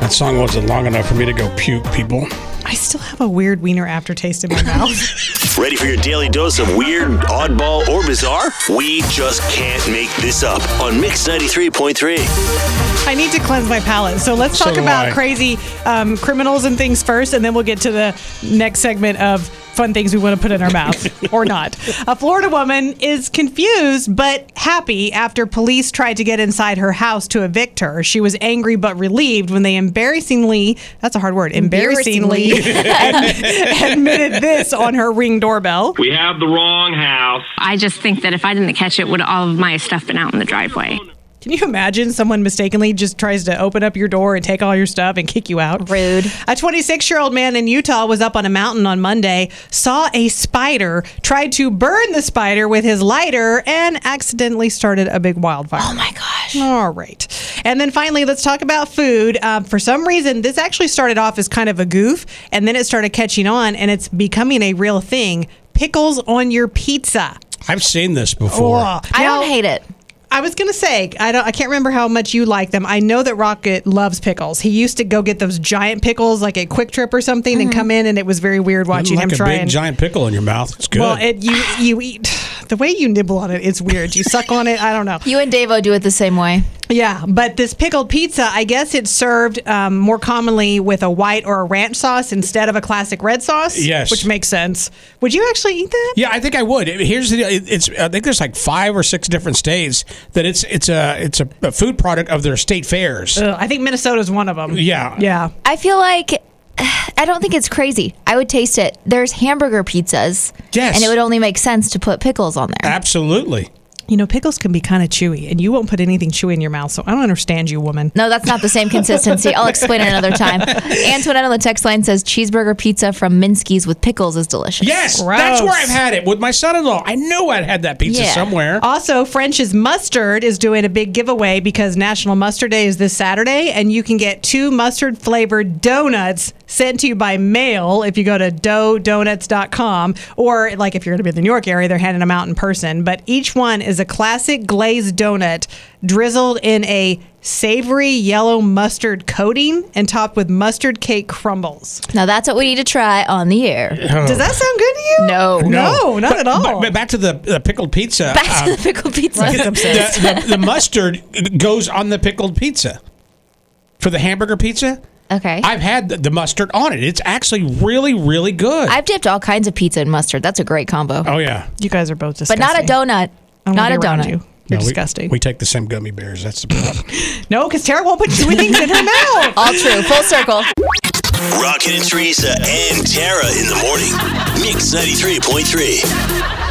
That song wasn't long enough for me to go puke, people. I still have a weird wiener aftertaste in my mouth. Ready for your daily dose of weird, oddball, or bizarre? We just can't make this up on Mix 93.3. I need to cleanse my palate. So let's So talk do about I. crazy um, criminals and things first, and then we'll get to the next segment of fun things we want to put in our mouth or not. A Florida woman is confused but happy after police tried to get inside her house to evict her. She was angry but relieved when they embarrassingly, that's a hard word, embarrassingly, admitted this on her ring doorbell. We have the wrong house. I just think that if I didn't catch it, would all of my stuff been out in the driveway? Can you imagine someone mistakenly just tries to open up your door and take all your stuff and kick you out? Rude. A 26 year old man in Utah was up on a mountain on Monday, saw a spider, tried to burn the spider with his lighter, and accidentally started a big wildfire. Oh my gosh. All right. And then finally, let's talk about food. Um, for some reason, this actually started off as kind of a goof, and then it started catching on, and it's becoming a real thing. Pickles on your pizza. I've seen this before. Ugh. I Now- don't hate it. I was gonna say I don't. I can't remember how much you like them. I know that Rocket loves pickles. He used to go get those giant pickles like at Quick Trip or something, and come in, and it was very weird watching like him a try big and. giant pickle in your mouth. It's good. well, it, you you eat the way you nibble on it. It's weird. You suck on it. I don't know. You and Davo do it the same way. Yeah, but this pickled pizza, I guess it's served um, more commonly with a white or a ranch sauce instead of a classic red sauce. Yes. which makes sense. Would you actually eat that? yeah, I think I would. Here's the deal. It- It's I think there's like five or six different states that it's it's a it's a, a food product of their state fairs. Ugh, I think Minnesota's one of them. Yeah. yeah. I feel like I don't think it's crazy. I would taste it. There's hamburger pizzas. Yes. And it would only make sense to put pickles on there. Absolutely. You know, pickles can be kind of chewy, and you won't put anything chewy in your mouth, so I don't understand you, woman. No, that's not the same consistency. I'll explain it another time. Antoinette on the text line says cheeseburger pizza from Minsky's with pickles is delicious. Yes, that's where Gross. I've had it with my son-in-law. I know I'd had that pizza Yeah. somewhere. Also, French's Mustard is doing a big giveaway because National Mustard Day is this Saturday, and you can get two mustard flavored donuts sent to you by mail if you go to doughdonuts.com or like if you're going to be in the New York area, they're handing them out in person. But each one is a classic glazed donut drizzled in a savory yellow mustard coating and topped with mustard cake crumbles. Now that's what we need to try on the air. Does that sound good to you? No. No, not But- at but- all. But back to the, the pickled pizza. Back to um, the pickle pizza. the, the, the mustard goes on the pickled pizza. For the hamburger pizza, Okay. I've had the, the mustard on it. It's actually really, really good. I've dipped all kinds of pizza and mustard. That's a great combo. oh yeah, You guys are both but disgusting. not a donut. I don't Not wanna a be around donut. You. You're No, we- disgusting. We, take the same gummy bears. That's the problem. No, because Tara won't put chewy things in her mouth. All true. Full circle. Rocket and Teresa and Tara in the morning. Mix 93.3.